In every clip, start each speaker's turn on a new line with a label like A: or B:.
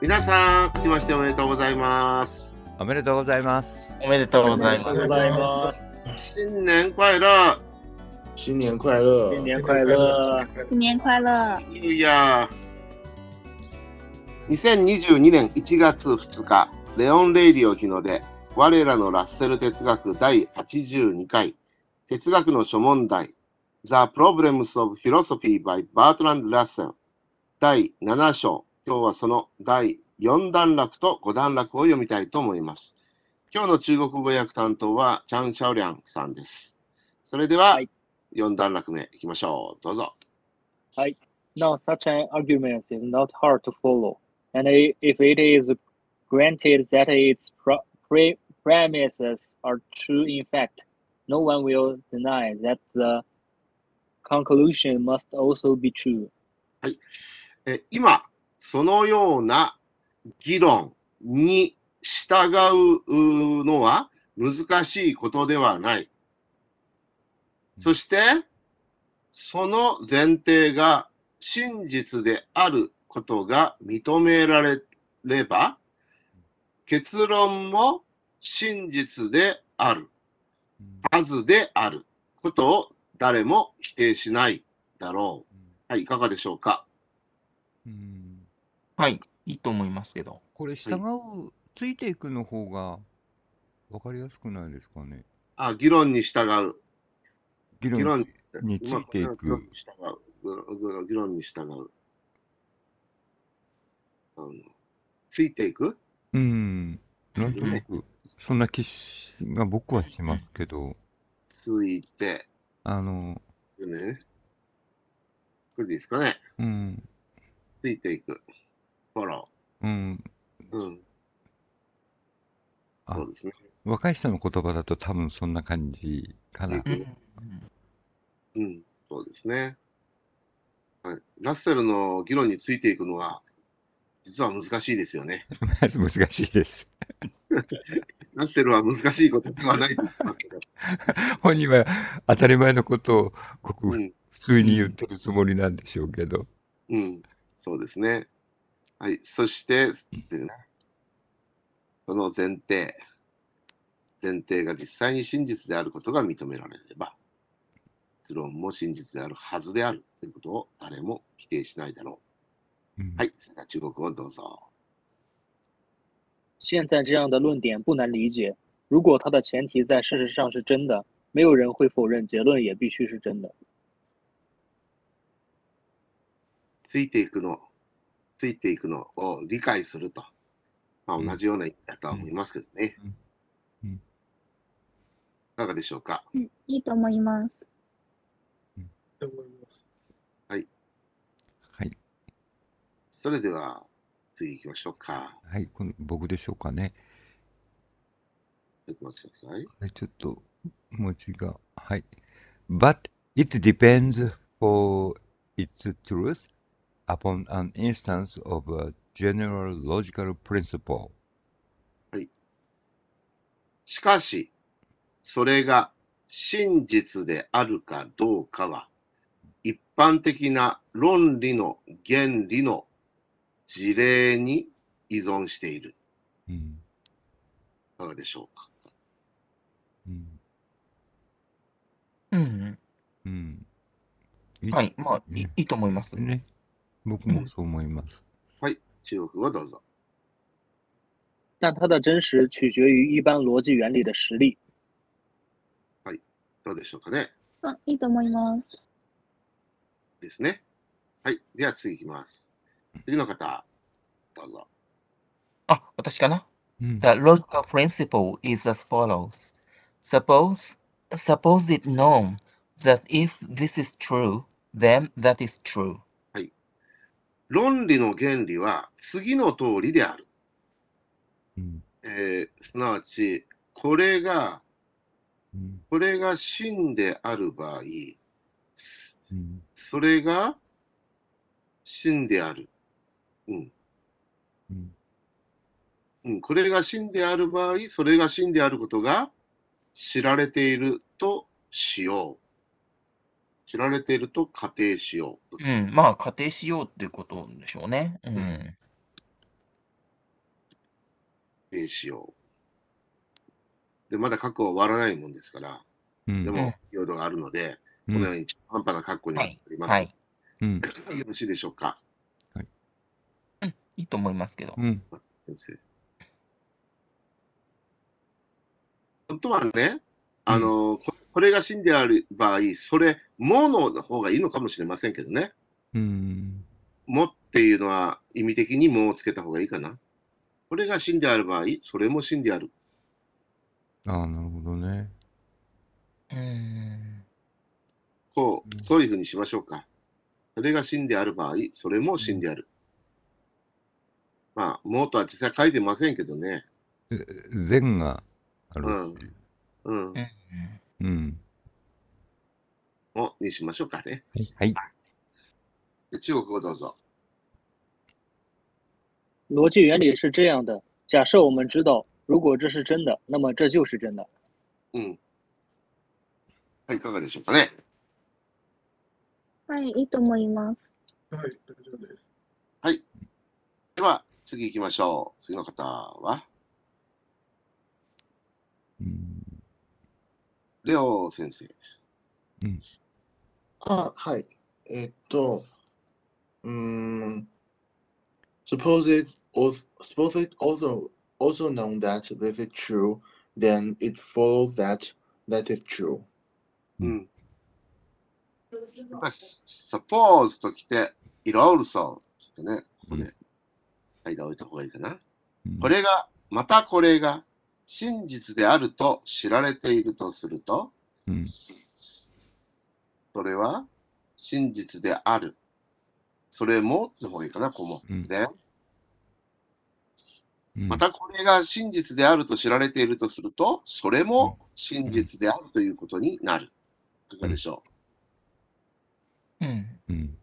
A: 皆さん、来ましておめでとうございます。
B: おめでとうございます。
C: おめでとうございま
D: おめ
C: す
D: でとう。ございます。
A: 新年快乐！
D: 新年快乐！
E: 新年快乐！
F: 新年快乐！
A: いや2022年1月2日、レオン・レイディオ日の出、我らのラッセル哲学第82回、哲学の諸問題、The Problems of Philosophy by Bertrand Russell 第7章、今日はその第4段落と5段落を読みたいと思います。今日の中国語訳担当はチャン・シャオリャンさんです。それでは
E: はい
A: 4段落目いきましょう。どうぞ。
E: Now, such an argument is not hard to follow, and i- if it is granted that its pro- pre- premises are true in fact, no one will deny that the conclusion must also be true.
A: え今、そのような議論に従ううのは難しいことではない。そして、その前提が真実であることが認められれば、結論も真実であるはずであることを誰も否定しないだろう。はい、いかがでしょうか。
B: うん
C: はい、いいと思いますけど。
B: これ、従う、ついていくの方が分かりやすくないですかね。
A: あ、議論に従う。
B: 議
A: 議論
B: 論についてい
A: 議論に
B: く。
A: 従う。議論に従う。あのついていく
B: うん。なんとなく、そんな気しが僕はしますけど、
A: ついて、
B: あの、
A: ね。これでいいですかね。
B: うん、
A: ついていく。フォロ
B: うん、
A: ー。うん。
B: あ
A: そうですね。
B: 若い人の言葉だと多分そんな感じかな。
C: うん
A: うん。そうですね。はい。ラッセルの議論についていくのは、実は難しいですよね。
B: 難しいです。
A: ラッセルは難しいことではないと言ってますけど。
B: 本人は当たり前のことをごく
A: うん。
B: 普通に言ってるつもりなんでしょうけど。
A: うん、そうですね。はい、そして、っていうねその前提、前提が実際に真実であることが認められれば、結論も真実であるはずであるということを誰も否定しないだろ
B: うん
A: う。はい、それでは中国語をどうぞ。
E: 现在这样的论点不难理解，如果它的前提在事实上是真的，没有人会否认结论也必须是真的。
A: ついていくの、ついていくのを理解すると。まあ、
B: うん
A: 同じような意味だとは思いますけどね
B: うんうんうん。
A: いかがでしょうか。
F: いいと思います。
B: はい。
A: それでは、次行きましょうか。
B: はい、この僕でしょうかね。
A: ちょっとお待ちください。
B: はいちょっと文字が。はい。But it depends for its truth upon an instance of a general logical principle.
A: しかし、それが真実であるかどうかは、一般的な論理の原理の事例に依存している。
B: うん。
A: いかがでしょうか。
B: うん。
C: うん
B: うん。
C: うんはい、まあ、い
B: ね
C: いいと思います。
B: ね。僕もそう思います。
A: 中国語どうぞ。
E: 但它的真实取决于一般逻辑原理的实力。
A: どうでしょうかね。
F: あ、いいと思います。
A: ですね。はい。では次行きます。次の方、どうぞ。
C: あ、私かな
B: うん。
C: The logical principle is as follows. Suppose, suppose it known that if this is true, then that is true.
A: 論理の原理は次の通りである。
B: うん。
A: えーすなわち、これが、
B: うん
A: これが真である場合、
B: うん。
A: それが真である。うん。
B: うん。
A: うん、これが真である場合、それが真であることが知られているとしよう。知られていると仮定しよう。
C: うん、まあ、仮定しようっていうことでしょうね。うん。
A: 定しよう。で、まだ過去は終わらないもんですから、
B: うん
A: で
C: うん
A: も、用度があるので、
B: う
A: このよ
B: ん
A: うに中途半端な格好になっております。
C: はい。
B: うん
A: よろしいでしょうか、
C: いいと思いますけど。
B: うん
A: 先生。本当はね、あの、ここれが真である場合、それもの方がいいのかもしれませんけどね。
B: うん
A: もっていうのは意味的にもをつけた方がいいかな。これが真である場合、それも真である。
B: ああなるほどね
C: うーん。
A: こ
B: うん
A: う、そういうふうにしましょうか。それが真である場合、それも真である。まあ、もうとは実際書いてませんけどね。
B: 善があるし
A: うん
C: う。ん
B: うん
A: もにしましょうかね。
B: はいはい
A: で中国語どうぞ。
E: 逻辑原理是这样的：假设我们知道，如果这是真的，那么这就是真的。
A: うん。はい、いかがでしょうかね。
F: はい、いいと思います。
G: はい、大丈夫です。
A: では、次行きましょう。次の方は、
B: うん
A: レオ先生。
D: あ、はい。えっと、うーん。Suppose it also, suppose it also also known that this is true, then it follows that that is true.
A: う
B: う
A: んん。やっぱ、suppose ときて、it also。ちょっとね、ここ
B: う
A: で、間置いた方がいいかな。
B: うん
A: これが、またこれが、真実であると知られているとすると、
B: うん
A: それは真実である。それもの方がいいかな、こうも。
B: うん
A: ね、
B: うん
A: またこれが真実であると知られているとすると、それも真実であるということになる。いかがでしょ
C: うん。
B: うん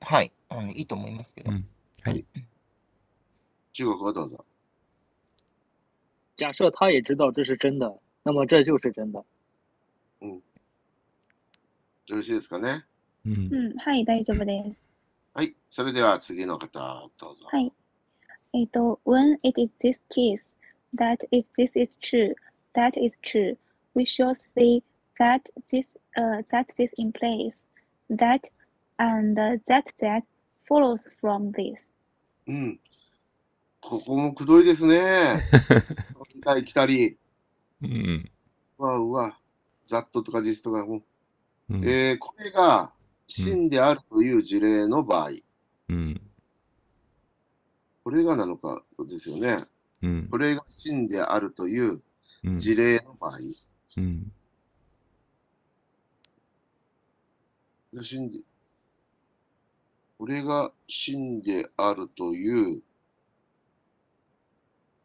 C: はい。あのいいと思いますけど
B: う。ん
A: う中国語どうぞ。
E: 假设他也知道这是真的，那么这就是真的。
A: よろしいですかね。
B: うん
F: うん、はい、大丈夫です。
A: はい。それでは次の方、どうぞ。
F: はい。えっと、when it is this case, that if this is true, that is true, we shall see that this, uh, that this implies, that and that that follows from this.
A: うん。ここもくどいですね。 来たり来たり。
B: うん
A: うわうわ。ざっととかジストがもう
B: うん
A: えーこれが真であるという事例の場合、
B: うん
A: これがなのかですよね。
B: うん
A: これが真であるという
B: うん
A: 事例の場合、
B: うん
A: 真でこれが真であるという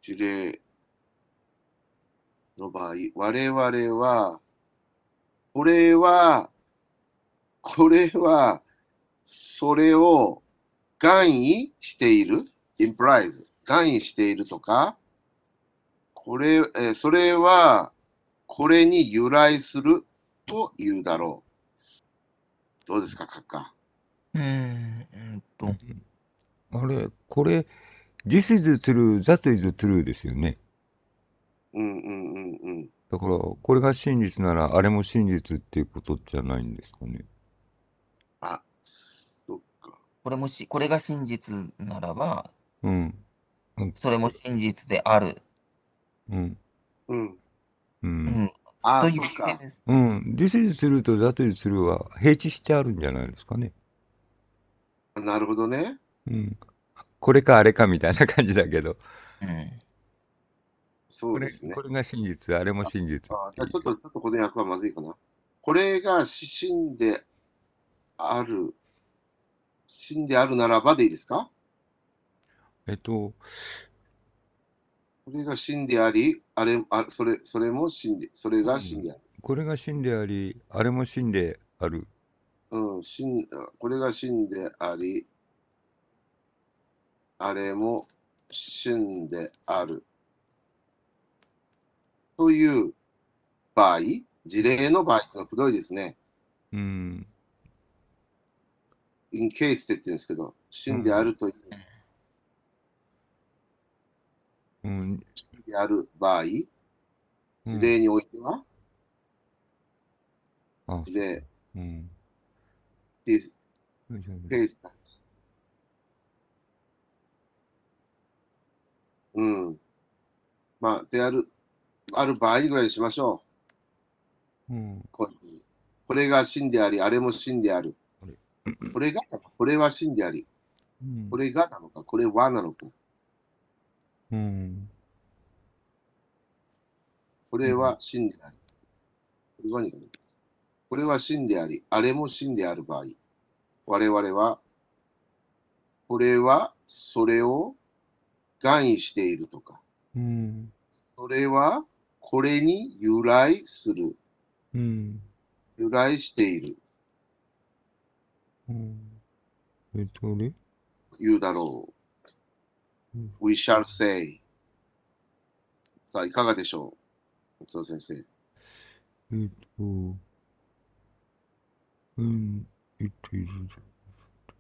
A: 事例の場合、我々は、これは、これは、それを含意している、implies、含意しているとか、これ、えーそれは、これに由来するというだろう。どうですか、カッカ。
C: うーん。うんと。
B: あれこれ This is true, that is true ですよね
A: うんうんうんうん。
B: だからこれが真実ならあれも真実っていうことじゃないんですかね
A: あ、そっか。
C: これもし、これが真実ならば、
B: うん
C: それも真実である。
B: うん
A: うん。
B: う
C: うんん。
A: あ、
C: と
A: そ
C: いう
A: っ
C: 意味
A: か。
C: です。
B: うん、This is true と That is true は平地してあるんじゃないですかね。
A: なるほどね。
B: うん、これかあれかみたいな感じだけど、
C: うん。
A: そ
B: こ
A: う
B: れ
A: ですね。
B: これが真実、あれも真実っていう。
A: あじゃあちょっと、ちょっとこの役はまずいかな。これが死んである、死んであるならばでいいですか
B: えっと、
A: これが死んであり、あれ、あそれ、それも死んで、それが死んである。
B: これが真であり、あれも真である。
A: うん、死ん、これが死んであり、あれも死んである。という場合、事例の場合っていうのはくどいですね。
B: うん、
A: in case って言ってるんですけど、死んであるという
B: うん、
A: である場合、
B: うん
A: 例においては、
B: あ、そう
A: で、
B: うん。
A: this
B: よいしょよいし
A: face
B: ょ
A: だうん。まあ、である、ある場合ぐらいにしましょ
B: うん
A: う。こういうふうにこれが真であり、あれも真である
B: あれ。
A: これが、これは真であり、
B: うん
A: これがなのか、これはなのか、
B: うん。
A: これは真であり。これは何かなこれは真であり、あれも真である場合、我々は、これはそれを含意しているとか、
B: うん。
A: それはこれに由来する、
B: うん。
A: 由来している、
B: うん。えっと、あれ
A: 言うだろう
B: うん。
A: We shall say. さあ、いかがでしょう松尾先生。
B: えっと、うん。えっと、えっと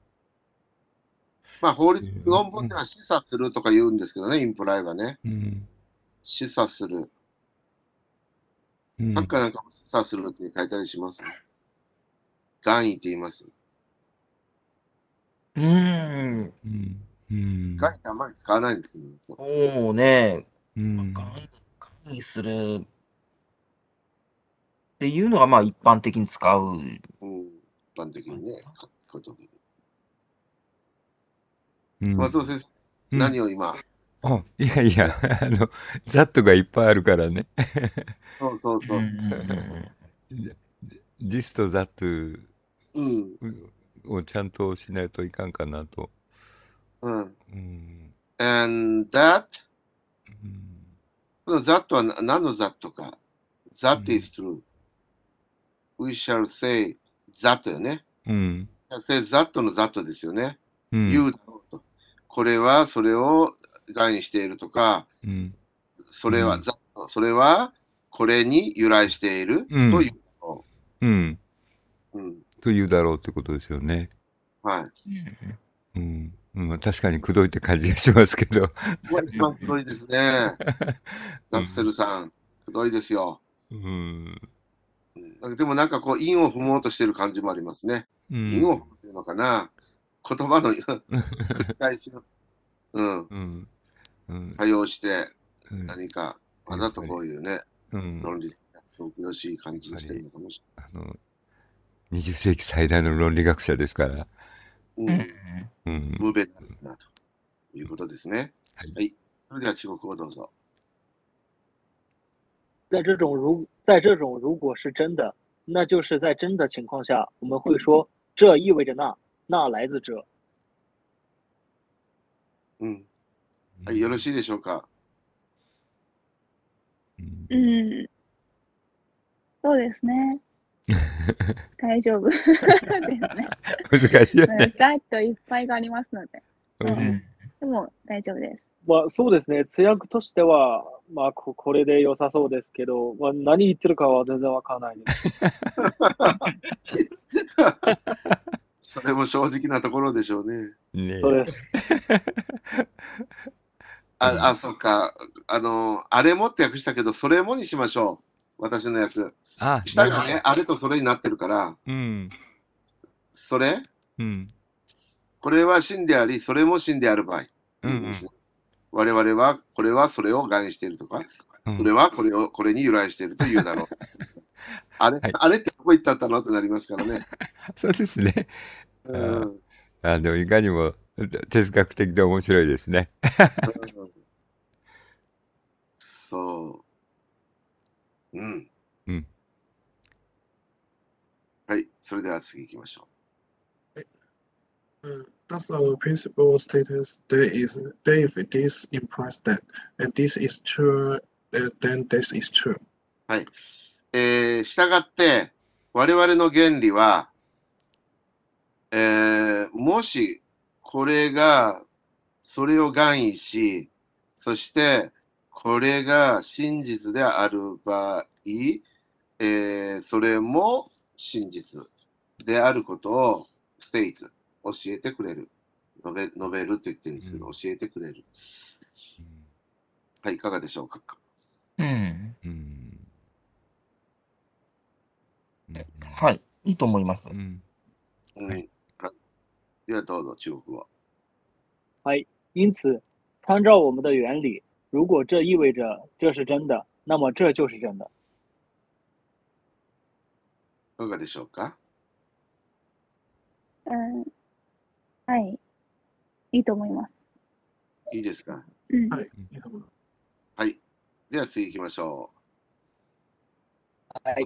A: まあ、法律
B: うん
A: 論文では示唆するとか言うんですけどね、インプライはね。
B: うん。
A: 示唆する。
B: うん
A: ハッカーなんかも示唆するって書いたりします。含意って言います。
C: うん。
B: うん。うん。
A: 含意ってあんまり使わないんですけど、
C: そうね。
B: うん。
C: 管理管理するっていうのがまあ一般的に使う。
A: うん、一般的にね、書くことで。
B: うん
A: 松尾先生、
B: うん
A: 何を今、
B: あ、いやいや、あの、ざっとがいっぱいあるからね。
A: そうそうそうう。
C: んうん
B: リストざっと
A: うん、
B: をちゃんとしないといかんかなと。
A: うん。
B: うん。
A: and that
B: うん
A: この that はな何の that か。that is true.、We shall say that よね。
B: うん。
A: say that の that ですよね。
B: うん。
A: 言うだろうと。これはそれを害にしているとか、
B: うん。
A: それは、
B: うん
A: that それはこれに由来している
B: うん
A: というこ
B: うん。
A: と。うん。
B: というだろうってことですよね。
A: はい。
B: うん。うん、確かにくどいって感じがしますけど。
A: これ一番くどい ですね。
B: う
A: ナ
B: ん
A: ッセルさん、くどいですよ。
B: うん。
A: うんでもなんかこう、韻を踏もうとしてる感じもありますね。
B: うん
A: 韻を踏むっていうのかな。言葉の繰り返しを、うん、
B: うん。うん。
A: 多用して、
B: うん
A: 何かわざとこういうね、
B: うん。
A: 論理的な、よしい感じにしてるのかもし
B: あの、20世紀最大の論理学者ですから。
A: れ
C: う
A: ない。うん
C: ん
B: うん。
A: ムーベになるなということですね。
B: はい
A: それでは中国語どうぞ。
E: 在这种如在这种如果是真的，那就是在真的情况下，我们会说这意味着那，那来自这。
A: うん。はい、よろしいでしょうか。
B: うん
F: うん。そうですね。大丈夫。 ですね。
B: 難しいよ
F: うん
B: ね。
F: ざっといっぱいがありますので。
B: う
F: うんんでも大丈夫です。
E: まあそうですね、通訳としては、まあここれで良さそうですけど、まあ何言ってるかは全然わからないです。
A: それも正直なところでしょうね。
B: ね
E: そうです。
B: うん
A: あ、あ、そっか。あの、あれもって訳したけど、それもにしましょう。私の訳。
B: あ、
A: 下が
B: なる
A: ね、あれとそれになってるから、
B: ほど。うん。
A: それ、
B: うん。
A: これは真であり、それも真である場合。
B: うんうん
A: 我々は、これはそれを含意しているとか、
B: うん
A: それはこれを、これに由来しているというだ ろう。あれ、
B: はい
A: あれってどこ行っちゃったのってなりますからね。
B: そうですね。
A: うん。うん
B: あの、いかにも哲学的で面白いですね。
A: そう。うん。
B: うん
A: はい、それでは次行きましょ
D: Uh, Thus, our principal status there is that if this implies that, and this is true, uh, then this is true.
A: う。はい。えー、従って、我々の原理は、えーもし、これが、それを含意し、そして、これが真実である場合、えーそれも真実であることを、ステイツ、教えてくれる。述べ述べると言ってるんですけど、
B: うん
A: 教えてくれる。はい、いかがでしょうか。
C: うん。
B: うん。。
C: はいい。いいと思います
B: う。ん。
A: うん
B: は
A: はい、ではどうぞ、中国語。
E: 因此，参照我们的原理，如果这意味着这是真的，那么这就是真的。
A: いかがでしょうか。
F: うん。はい。いいと思います。
A: いいですか。
F: うん。
D: はい
A: はい。では次行きましょ
E: はい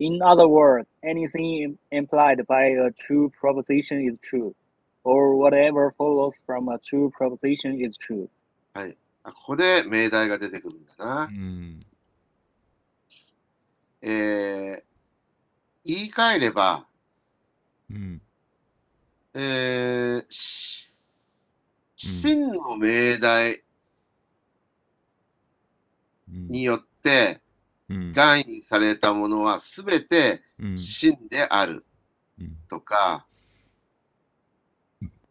E: In other words, anything implied by a true proposition is true, or whatever follows from a true proposition is true.
A: う。はい。あここで命題が出てくるんだな。
B: うん。
A: えー言い換えれば、
B: うん。
A: えーし真の命題
B: うん
A: によって、
B: うん
A: 含意されたものはすべて
B: うん
A: 真である
B: うん
A: とか、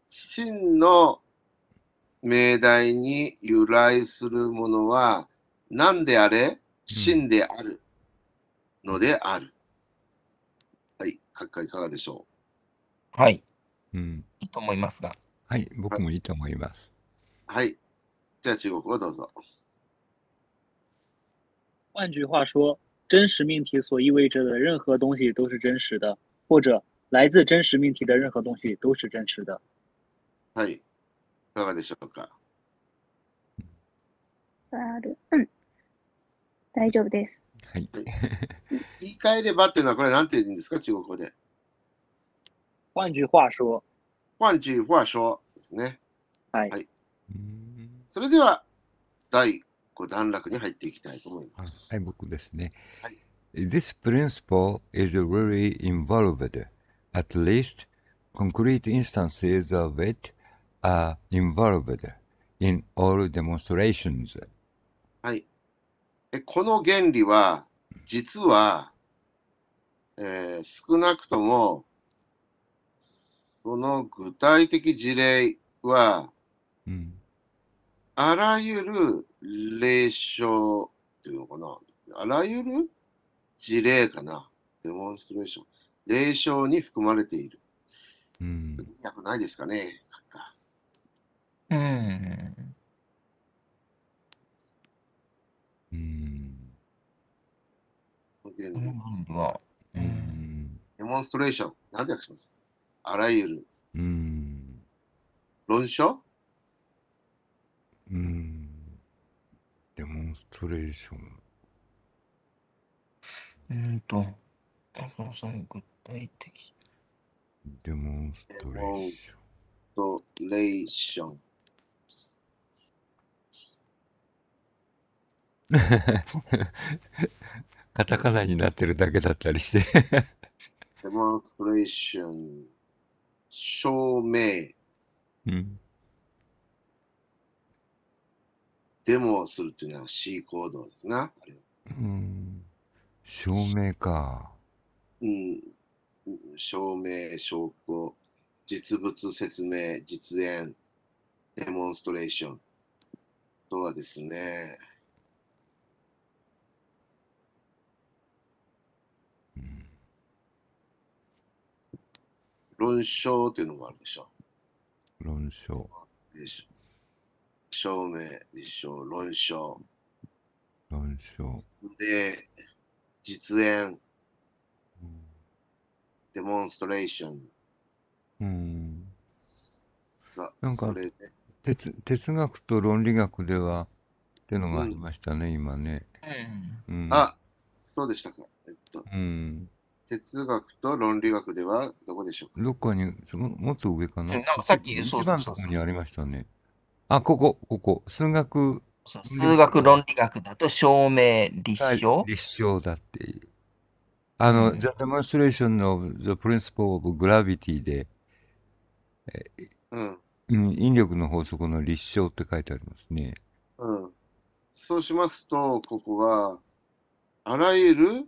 A: 真の命題に由来するものは何であれ真であるのである。はい、閣下いかがでしょ
C: はい。
B: うん。
C: いいと思いますが。
B: はい、僕もいいと思います。
A: うはい。じゃあ中国語どうぞ。
E: 换句话说，真实命题所意味着的任何东西都是真实的，或者来自真实命题的任何东西都是真实的。
A: はい。いかがでしょうか
F: ある。うん。大丈夫です。
B: はい。
A: 言い換えればっていうのはこれなんて言うんですか中国語で。
E: 换句话说，哎
A: 换句话说ですね。
E: はい
A: はい
B: うん
A: それでは第5段落に入っていきたいと思い
B: は
A: ます。
B: い、僕ですね
A: は。
B: This principle is really involved. At least concrete instances of it are involved in all demonstrations.
A: はい。えこの原理は、実は、えー少なくとも、その具体的事例は、
B: うん。
A: あらゆる例証っていうのかな。あらゆる事例かな。デモンストレーション。例証に含まれている。
B: うん
A: 文脈ないですかね。閣下
C: うん。
B: うん。
A: この原
C: う
A: 理
C: んは
B: う
C: うん
B: ん。
A: デモンストレーション。なんで訳しますあらゆる
B: うん。
A: 論証
B: うん。デモンストレーション。
C: うんと、そのその具体的。
B: デモンストレーション。
A: とレーション。
B: カタカナになってるだけだったりして。
A: デモンストレーション、証明、
B: うん。
A: デモをするっていうのは C 行動ですな。あれ
B: うん。証明か。
A: うん、うん証明、証拠、実物説明、実演、デモンストレーション。あとはですね、論証というのもあるでしょ
B: 論証。
A: う。でしょ証明、立証、論証、
B: 論証。
A: で、実演、デモンストレーション。
B: うん。
A: が
B: なんか
A: それで、
B: 哲哲学と論理学ではってのがありましたね、今ね。
C: うん。
B: うん、
A: あ、そうでしたか。えっと、
B: うん。
A: 哲学と論理学ではどこでしょうか
B: どっかに、そのもっと上かな。
C: うんなんかさっき
B: 一
C: そうそうそう
B: 番のとこにありましたね。あ、ここ、ここ。数学
C: そう数学論理学だと証
B: が
C: 明、立証。
B: 立証だっていう。あの、
C: うん
B: The Demonstration of the Principle of Gravity で、
A: うん。
B: うん、引力の法則の立証って書いてありますね。
A: うん。そうしますと、ここは、あらゆる、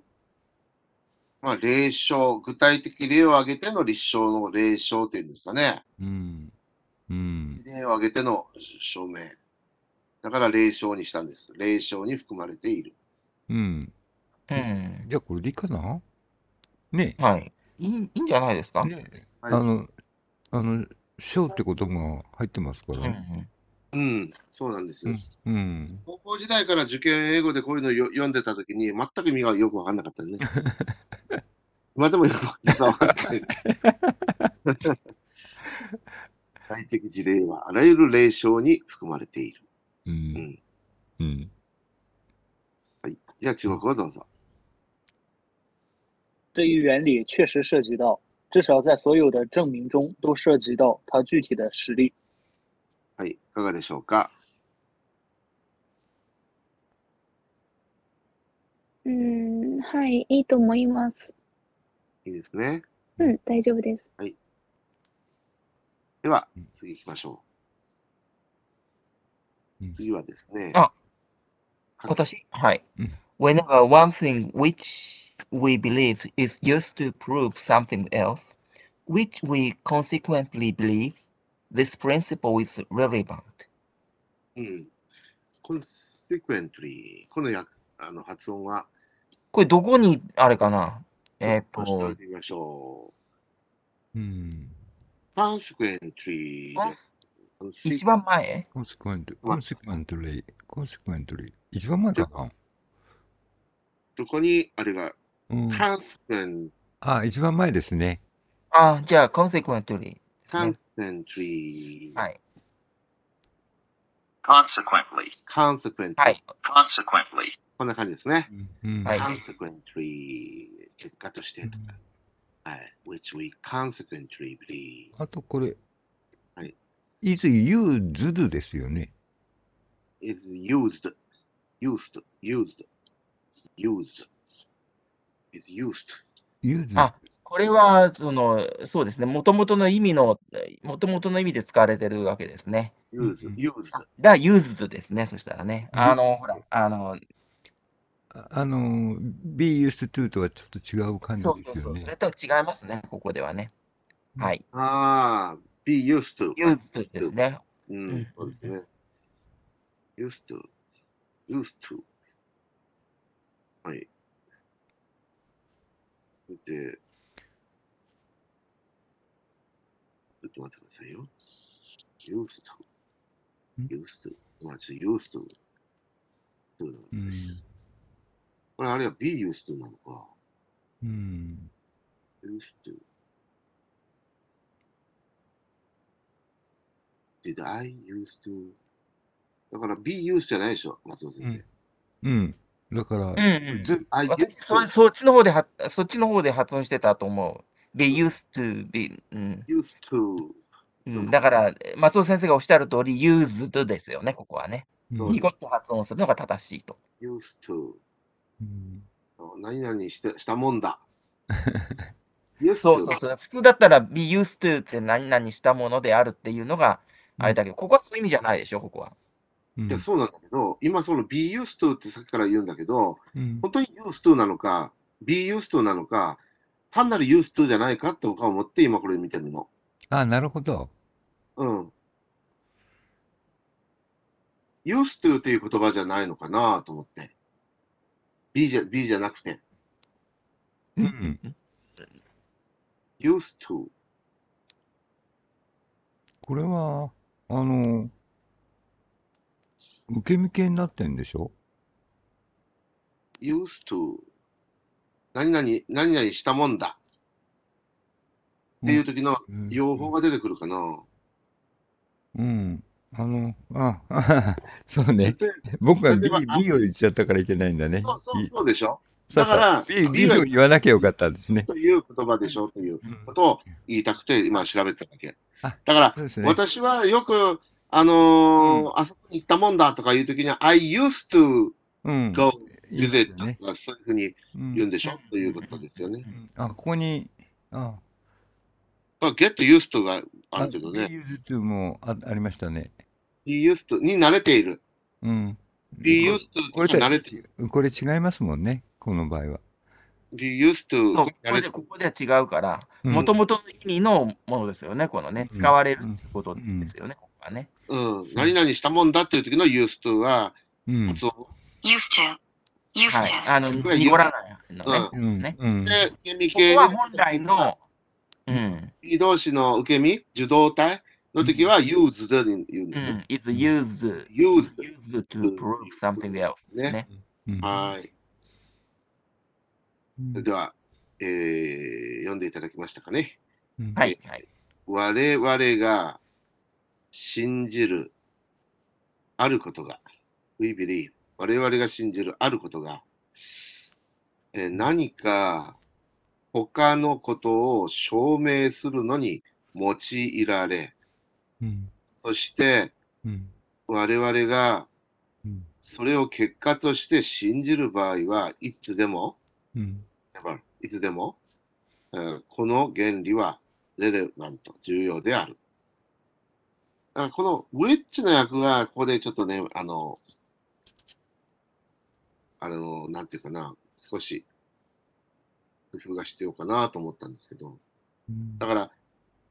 A: まあ、例証、具体的例を挙げての立証の例証というんですかね。
B: うん。うん。
A: 例を挙げての証明だから、霊障にしたんです。霊障に含まれている。
B: うん。
C: うん。
B: じゃあこれでいいかなね
C: はい。いいいいんじゃないですか、
B: え。ねえ
A: はい
B: あの、あの、章って言葉が入ってますか
C: う
B: ら。
C: ん。
A: うん、そうなんです。
B: うん。うん。
A: 高校時代から受験英語でこういうのよ読んでたときに、全く意味がよくわかんなかったね。今でもよく実はわかんない。外的事例はあらゆる霊障に含まれている。
B: うん。うん。
A: はい。じゃあ中国語どうぞ。
E: 这一原理确实涉及到，至少在所有的证明中都涉及到它具体的实例。
A: はい。いかがでしょうか。
F: うん、はい、いいと思います。
A: いいですね。
F: うん、大丈夫です。
A: では
B: うん、
A: 次行きましょ
B: うん
A: う。次はですね。
C: あ
A: はい
C: 私、はい
B: うん。
C: Whenever one thing which we believe is used to prove something else, which we consequently believe, this principle is relevant.
A: うん。consequently。この訳あの発音は、
C: これどこにあれかなえっ、
A: ちょっ調べ
C: と、
A: てみましょう。
B: うん。
A: consequently
C: コン
A: です。
C: ス一番前
B: consequent,
A: まあ
B: consequently, consequently. 一番前かな
A: そこに、あれが、
B: うん。
A: consequent,
B: あ、一番前ですね。
C: あ、じゃあ、consequently ですね。
A: consequently,
C: はい。
G: Consequently,
A: consequently.
C: はい。
G: consequently,
A: こんな感じですね。
B: うん。
C: はい
A: consequently, 結果としてとか。はい。which we consequently believe.
B: あとこれ、
A: はい、
B: is used ですよね。
A: is used, used, used, used, is used.
B: used
C: あこれは、その、そうですね。もともとの意味の、もともとの意味で使われてるわけですね。
A: used,
B: うん
A: used.
C: あが used ですね。そしたらね。
B: うん
C: あの、ほら、あの、
B: ああの、be used to とはちょっと違う感じ
C: そう
B: で
C: そう
B: す
C: そ
B: よ
C: う。それ
B: ね。
C: とは違いますね。ここではね。
B: うん
C: はい。
A: ああ、be used to.
C: used ですね。
A: う
C: うんん、
A: そうですね。used to, used to. はい。で、ちょっと待ってくださいよ。used to,
B: ん
A: used to. まあ、ちょっと used to. というのが
B: うん
A: これあれは be used to なのか。
B: うん。
A: used to. Did I used to? だから be used じゃないでしょ、松尾先生。
B: うん。だから、
C: うん、うん。
A: ず I
C: 私
A: used
C: そ、
A: to,
C: そっちの方では、そっちの方で発音してたと思う。be used to be、うん。
A: used to.
C: うん、だから、松尾先生がおっしゃる通り、used ですよね、ここはね。
B: うん
A: そう
C: ニ
A: で
C: コッと発音するのが正しいと。
A: used to
B: うん
A: 何々してしたもん だ。used
C: そうそう
A: to
C: そう。普通だったら、be used to って何々したものであるっていうのが、あれだけど、ここはそういう意味じゃないでしょ、ここは。
B: うん
A: いやそうなんだけど、今その be used to ってさっきから言うんだけど、
B: うん
A: 本当に used to なのか、be used to なのか、単なる used to じゃないかって僕は思って今これ見てるの。
B: あ、なるほど。
A: うん。used to っていう言葉じゃないのかなと思って。B じゃ B じゃなくて、
B: うん。
A: used to。
B: これは、あの、受け身系になってんでしょ
A: used to 何々何々したもんだっていう時の
B: うん
A: 用法が出てくるかな。
B: うん。あの、あ、 あそうね。
A: で
B: 僕は B,
A: 例えばあ
B: B を言っちゃったからいけないんだね。
A: そうそう
B: B
A: そうでしょ
B: そうそう
A: だから
B: B,
A: B
B: B
A: は
B: を言わなきゃよかったんですね。
A: という言葉でしょということを言いたくて今調べてただけ。だ
B: あ
A: から
B: そうですね。
A: 私はよくあのーあそこに行ったもんだとかいう時には I used to
B: うん。
A: go
B: いい
A: visit
B: ですね
A: とかそういうふうに
B: うん
A: 言うんでしょということですよね。
B: あ、ここに、あ、
A: まあ get used to があるけど
B: B
A: ね。
B: used to もあありましたね。
A: be used to に慣れている。
B: うん。
A: be used to
B: これ
A: に
B: と
A: 慣
B: は
A: れている。
B: これ違いますもんね。この場合は。
A: be used
C: そ
A: to
C: う
A: に
C: こ
A: 慣れ
C: こで
A: ている
C: ここでは違うから、
B: うん
C: もともとの意味のものですよね、このね、使われるってことですよね、ここはからね。
A: うん、何々したもんだっていう時の used to は、
B: うん。
A: 発音
H: used to, used
C: はい
H: to,。
C: あの、
A: これ
C: 濁らないのね。
A: うん
B: うん
C: ね
B: うん
A: で、受け身
C: ここ
A: 系
C: は本来の、うん、
A: B 動詞の受け身、受動体の時は used に言うん
C: う
A: だね。
C: ん、is used,
A: used。
C: used to prove something else ですね。
B: うん
A: はい。それでは、えー読んでいただきましたかね。
B: うん
C: はい、はい。
A: 我々が信じるあることが、we believe、我々が信じるあることが、えー何か他のことを証明するのに用いられ、
B: うん
A: そして
B: うん
A: 我々が
B: うん
A: それを結果として信じる場合はいつでも、
B: うん
A: だからいつでも、えーこの原理はレレバント、重要である。だからこのウェッジの役は、ここでちょっとね、あの、あの、なんていうかな、少し工夫が必要かなと思ったんですけど、
B: うん
A: だから、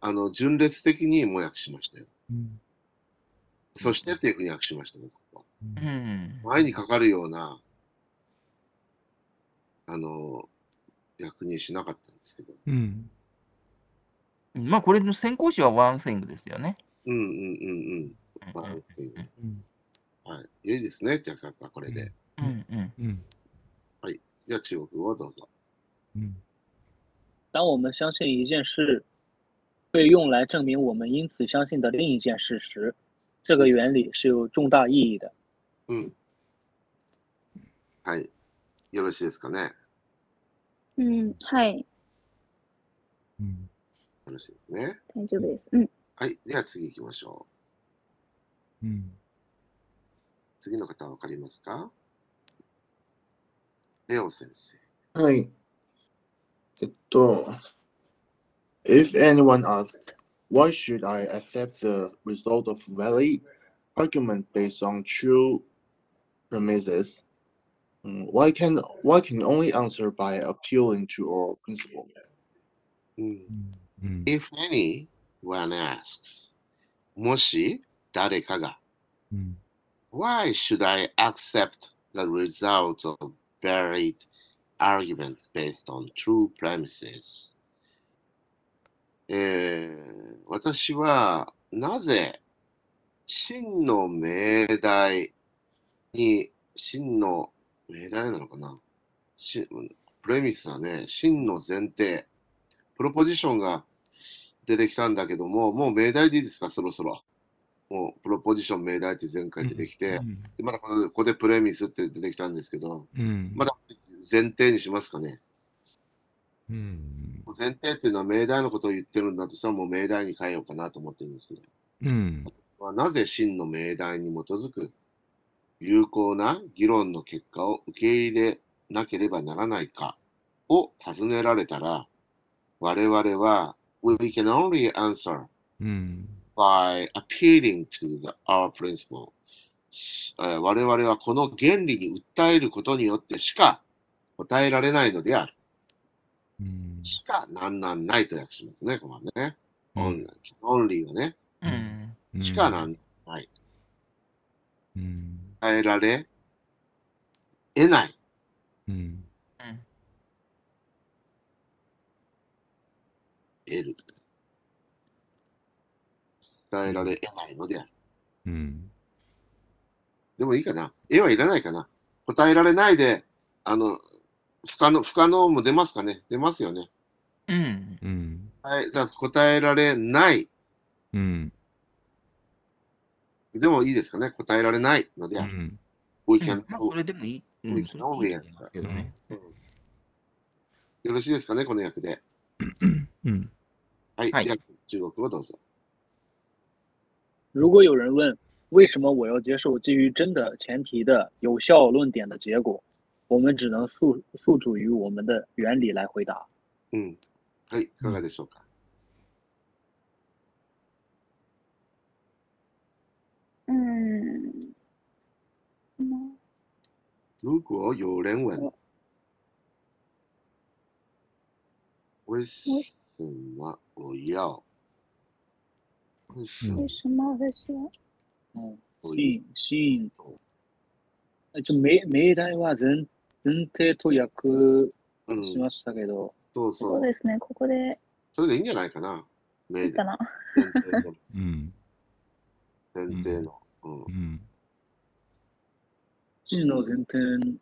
A: あの、順列的にも訳しましたよ。
B: うん
A: そしてっていうふうに訳しました、僕は。
B: うん
C: うん、
A: 前にかかるような、あの、役にしなかったんですけど。
B: うん
C: まあ、これの先行詞は one thing ですよね。
A: うんうんうんうん。
C: う
A: まあ、
C: ん
A: 安いよね
B: うん
A: はい。いいですね。じゃあ、これで。
C: うんうん
B: うん
A: じゃあ、中国語をどうぞ。
B: うん
E: 当我们相信一件事被用来证明我们因此相信的另一件事时，这个原理是有重大意义的。
A: うん。はい。よろしいですかね。
F: うん、はい、
B: うん
A: よろしいですね。
F: 大丈夫です。うん、
A: はい。では、次行きましょう。
B: うん
A: 次の方、わかりますかレオ先生。
D: はい。えっと、If anyone asked, why should I accept the result of valid argument based on true premises? Mm, Why can why can only answer by appealing to our principle?
A: うん。
B: うん
A: If anyone asks, もし誰かが、
B: うん
A: Why should I accept the results of varied arguments based on true premises? えー私はなぜ真の命題に、真の命題なのかなしプレミスはね、真の前提、プロポジションが出てきたんだけども、もう命題でいいですか、そろそろ。もうプロポジション命題って前回出てきて、でまだこのここでプレミスって出てきたんですけど、
B: うん
A: まだ前提にしますかね。
B: うん
A: 前提っていうのは命題のことを言ってるんだとしたらもう命題に変えようかなと思ってるんですけど、
B: うん
A: まあ、なぜ真の命題に基づく有効な議論の結果を受け入れなければならないかを尋ねられたら、我々は We can only answer
B: うん
A: by appealing to the, our principle しえー我々はこの原理に訴えることによってしか答えられないのである。
B: うん
A: しかなんなんないと訳しますね、ここはね。オンオンリーはね、
C: うん
A: しかなんない。
B: うん
A: 答えられ、得ない。
B: うん
A: 得る。答えられ、得ないのである。
B: うん
A: でもいいかな。絵はいらないかな。答えられないで、あの、不可能、不可能も出ますかね。出ますよね。
C: うん
B: うん
A: はい、じゃあ答えられない。
B: うん
A: でもいいですかね。答えられないのであ
B: う
A: る。
B: ん
A: We
C: うん
A: can
C: まあ、それでもいい。う
A: We
C: ん、そ
A: can
C: れ
A: only
C: でいいと思いますけどね。
A: よろしいですかね、この役で。
B: うん
A: はい。
C: はい
A: じゃあ、中国語どうぞ。
E: 如果有人问为什么我要接受基于真的前提的有效论点的结果，我们只能诉诉诸于我们的原理来回答。
A: うん。はい。いかがでしょうか。
F: うん。うん
A: 如果有人问
F: そう
A: 为什么我要
F: 为什么会是？
E: 嗯，
A: そういう
E: seen seen えちょ命命題は前前提と訳
A: うん、
E: しましたけど、
A: そう
F: そ
A: そうう。
F: ですね。ここで
A: それでいいんじゃないかな。
F: い
A: 名
F: いか
A: 前
F: な。
A: 提の。
B: うん。
A: 前提の。うん
B: う。ん。
E: 真の前提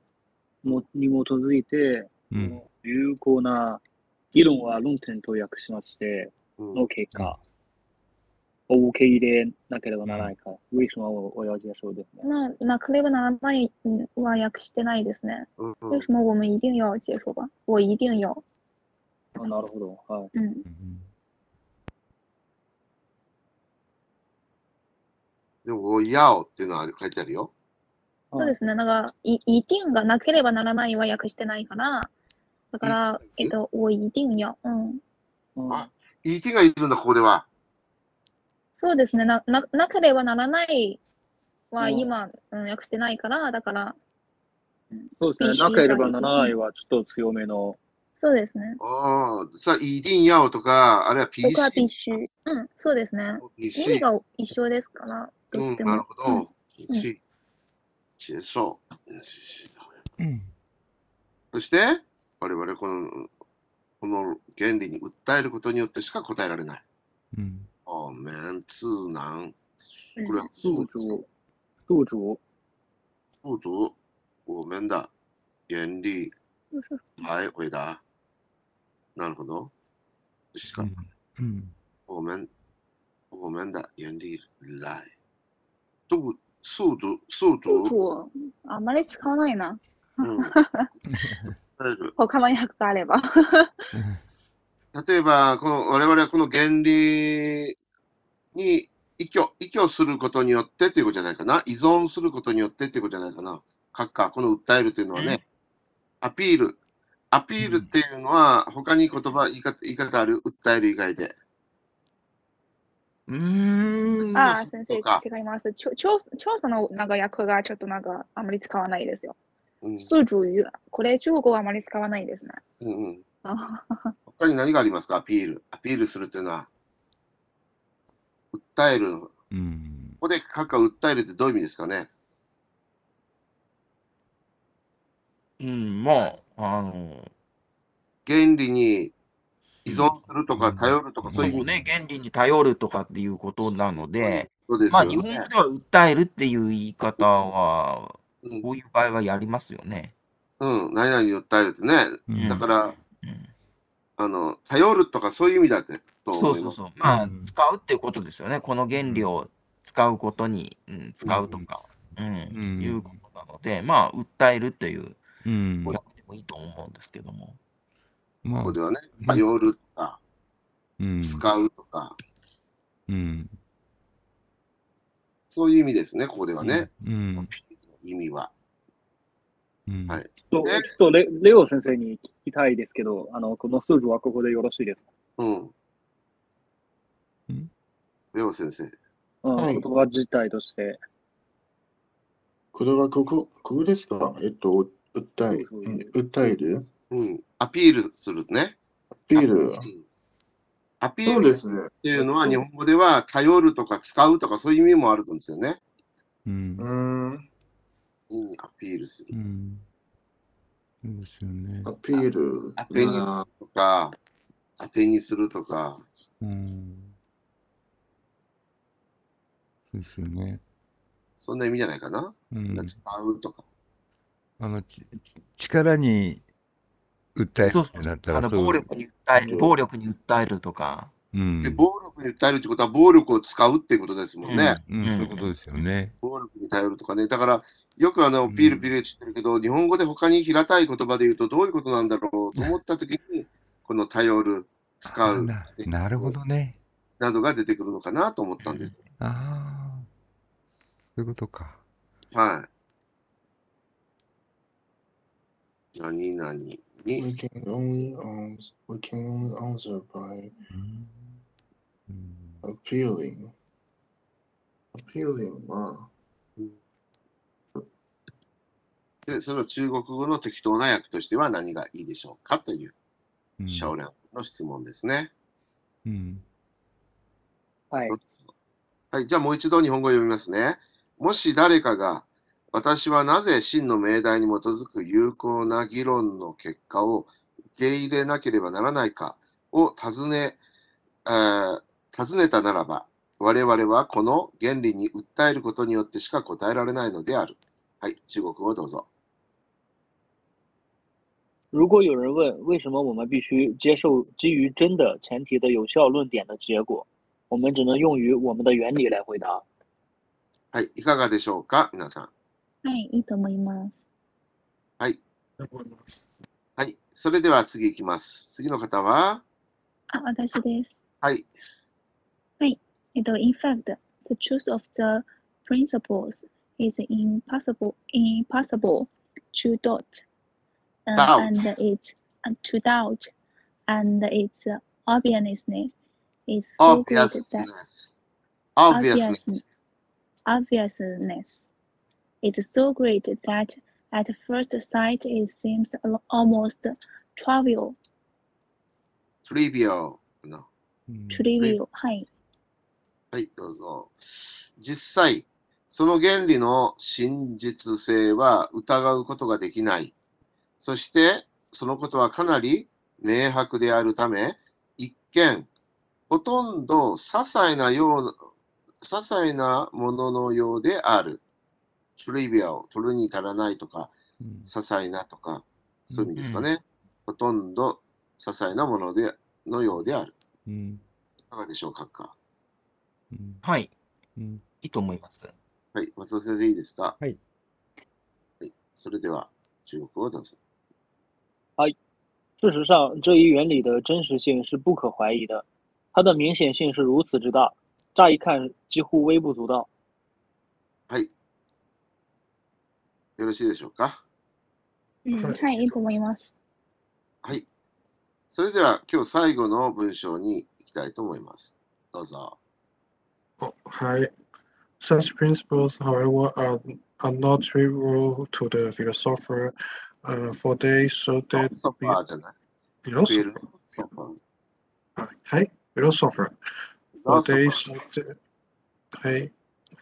E: もに基づいて、
B: うん。
E: 有効な議論は論点と訳しまして、
A: うん
E: の結果を受け入れなければならないか、ウィスマンは親父がそうですね。
F: 那那克雷布拿麦嗯哇訳してないですね。
A: うんう
F: 为
A: ん
F: 什么我们一定要接受吧？我一定要。
E: あなるほど。はい。
F: 嗯，
A: でも、おやおっていうのは書いてあるよ。
F: そうですね。なんかい一定がなければならないは訳してないから、だからえっと我一定要。うん。
E: うん
A: あ ET がいるんだ、ここでは。
F: そうですね。なななければならないは
E: うん
F: 今、うん、訳してないから、だから
E: そうですね。
F: 必
E: な
F: 死
E: ければならないはちょっと強めの。
F: そうですね。
A: ああ、さあ、ET やおとか、あるいは
F: 僕は必
A: PC。
F: 須。うん、そうですね。意
A: PC
F: 味。が一緒ですから、どっ
A: う
F: ち
A: ん、
F: で
A: なる
F: も。
A: ほ
F: うん
A: ど。PC。接受。
B: うん。
A: そして、我々この、この原理に訴えることによってしか答えられない。
B: うん。
A: ああ、メンツーなん。これは
E: 道
A: そうですか。
E: 場、道場、
A: そうと、ごめんだ。原理。はい、これだ。なるほど。しか、
B: うん。
A: 我们我们的原理来。度速度速
F: 主
A: 度，
F: 語あんまり使わないな。
A: うん、える
F: 他の訳があれば。
A: 例えばこの我々はこの原理に依拠依拠することによってということじゃないかな依存することによってということじゃないかな閣下この訴えるというのはね、アピールアピールっていうのは他に言葉言い方言い方ある訴える以外で
C: うーん。
A: う
F: ああ、
A: ん
F: 先
A: そうか
F: 生、違います。ちょ調調査のなんか訳がちょっとなんかあんまり使わないですよ。
A: うん
F: 数字、これ中国はあまり使わないですね。
A: うんうん
F: あ
A: 他に何がありますかアピールアピールするっていうのは訴えるの
B: うん。
A: ここで閣下を訴えるってどういう意味ですかね
C: うん、まあ、あの、
A: 原理に依存すると
B: う
A: か
B: ん
A: 頼るとか、
B: うん
A: そ
C: そうう
A: いう
C: ね、原理に頼るとかっていうことなので、
A: ことです
C: まあ、
A: よ
C: 日本語
A: ね。
C: では訴えるっていう言い方は、
A: うん、
C: こういう場合はやりますよね。
A: うん何々に訴えるってね。
B: うん
A: だから、
C: うん、
A: あの、頼るとかそういう意味だってと
C: そ
A: 思
C: う
A: い
C: そ
A: ま
C: う
A: す。
C: そう。まあ
B: うん、
C: 使うっていうことですよね。この原理を使うことに、うん、使うとか、うん、
B: うん
C: いうことなので、まあ、訴えるという
B: うん。
C: 逆でもいいと思うんですけども。
B: まあ
A: ここではね、
B: うん
A: 頼るとか、
B: うん。
A: 使うとか、
B: うん。
A: そういう意味ですね、ここではね。
B: うん。
A: 意味は。
B: うん。
A: はい。
E: ちょっと
A: ね
E: ちょっとレレオ先生に聞きたいですけど、あのこの数字はここでよろしいですか、
A: うん。
B: うん
A: レオ先生。
E: うん
D: はい
E: 言葉自体として。
D: これはここ、ここですかえっと、訴え、
E: そうそう
D: 訴える
A: うん。アピールするね。
D: ビール
A: ア。ピールアピ
D: そ
A: ー
D: う
A: ル
D: で
A: っ
D: すね。
A: ていうのは日本語では頼るとか使うとかそういう意味もあるんですよね。
B: うん
D: う。ん、
A: 意味アピールする
B: う。ん。そうですよね
D: ア。ピール。
A: 当てにするとか、当てにするとか、
B: うん。そうですよね。
A: そんな意味じゃないかな。
B: うん。
A: 使うとか。
B: あの、ちち力に訴える
C: そう
B: っ
C: そ
B: て
C: う
B: なった
C: あ
B: ら
C: の
B: そう。
C: 暴力に訴
A: う
C: え、
A: ん
C: 暴力に訴えるとか。
B: うん。
A: で、暴力に訴えるってことは暴力を使うっていうことですもんね。
B: うん、そういうことですよね。
A: 暴力に頼るとかね。だから、よくあ
B: う
A: の、
B: ん
A: ピールピールって言ってるけど、日本語で他に平たい言葉で言うとどういうことなんだろうと思ったときに、この頼る、使
B: あ
A: う、
B: ななるほどね。
A: などが出てくるのかなと思ったんです。
B: ああ。そういうことか。
A: はい。何々に。
D: We can only answer, we can only answer by
B: うん。うん。
D: appealing. appealing は、
A: で、その中国語の適当な訳としては何がいいでしょうかという、
B: うん
A: シャオレンの質問ですね。
B: うん。
E: はい
A: どう。でしょはい、じゃあもう一度日本語を読みますね。もし誰かが、私はなぜ真の命題に基づく有効な議論の結果を受け入れなければならないかを尋ね、えー尋ねたならば、我々はこの原理に訴えることによってしか答えられないのである。はい、中国語をどうぞ。
E: 如果有人问为什么我们必须接受基于真的前提的有效论点的结果，我们只能用于我们的原理来回答。
A: はい、いかがでしょうか、皆さん。
F: はい、いいと思います。
A: はい、それでは次いきます。次の方は、
F: あ、私です。
A: はい、
F: And in fact, the truth of the principles is impossible impossible to doubt, uh,
A: Doubt.
F: and it and to doubt, and its obviousness is so great that
A: obviousness。obviousness。
F: obviousness is so great that at first sight it seems al- almost trivial,
A: trivial の。
B: Mm,
F: trivial. はい、
A: はい、どうぞ。実際、その原理の真実性は疑うことができない。そして、そのことはかなり明白であるため、一見、ほとんど些細なような、些細なもののようである。trivial、取るに足らないとか、些細なとか、そういう意味ですかね。ほとんど些細なものでのようである。いかがでしょうかか。
C: はい、いいと思います。
A: はい、松尾先生いいですか
B: はい。
A: はい、それでは、中国語をどうぞ。
E: 事实上，这一原理的真实性是不可怀疑的，它的明显性是如此之大，乍一看几乎微不足道。
A: はい。よろしいでしょうか
F: うん、
D: はい
F: はい、いいと思います。
A: はい。それでは、今日最後の文章に行きたいと思います。どうぞ。
D: oh, Hi. Such principles, however, are, are not trivial to the philosopher, uh, for they show
A: フィロ
D: that
A: ソファーじゃない。フィロ
D: philosopher,
A: ソファー。
D: uh, hi, philosopher,
A: フィ
D: for
A: ロソフ
D: they
A: ァ
D: show that, hi,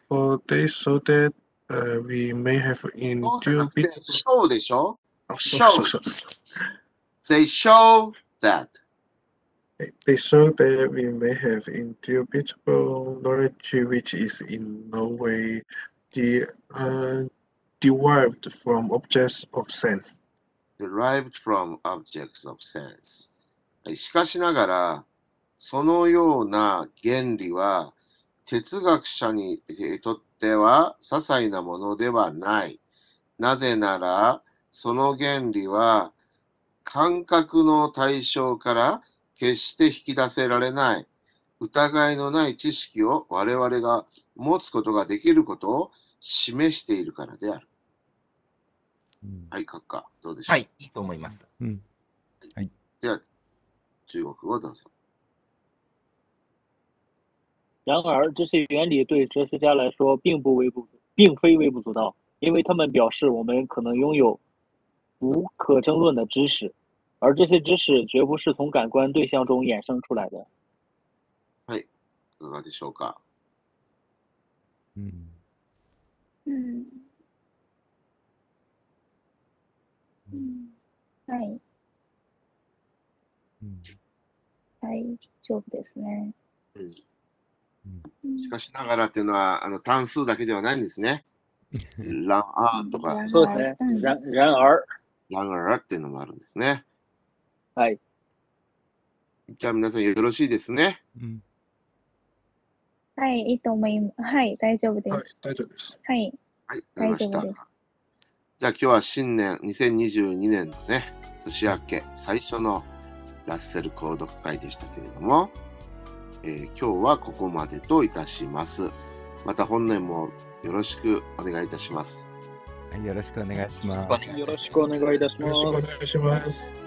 D: for they show that uh, we may have
A: ー。そうじゃな
D: endured
A: くて
D: bit-、
A: show でしょ
D: oh, so- so- so-
A: ?They show that.
D: They show that we may have indubitable knowledge which is in no way de- uh, derived from objects of sense.
A: derived from objects of sense。はいしかしながら、そのような原理は、哲学者にえーとっては些細なものではない。なぜなら、その原理は、感覚の対象から決して引き出せられない、疑いのない知識を我々が持つことができることを示しているからである。はい、閣下、どうでしょうか
C: はい、いいと思います。
A: では、中国語をどうぞ。
E: 然而，这些原理对哲学家来说并不微不，并非微不足道，因为他们表示我们可能拥有无可争论的知识，而这些知识绝不是从感官对象中衍生出来的。
A: いかがでしょうか。
F: うん、うん、はい、大丈夫ですね。
A: うん
F: うん
A: しかしながらっていうのは、あの単数だけではないんです ね。ランアーとか、
E: そう
F: は
E: です
F: いうん
E: ね。然然而，
A: ランアーっていうのもあるんですね。
E: 哎，
A: じゃあ皆さんよろしいですね。
F: はい、いいと思います。はい、大丈夫です。
D: はい、大丈夫です。
F: はい、
A: はい、わかり
F: 大
A: ま
F: 丈
A: した。
F: 夫
A: じゃ
F: で
A: あ
F: す。
A: 今日は新年2022年のね、年明け最初のラッセル購読会でしたけれども、えー今日はここまでといたします。また本年もよろしくお願いいたします。
B: よろしくお願いします。
E: よろしくお願いいたし
D: よ
E: ま
D: ろし
E: す
D: くお。願いします。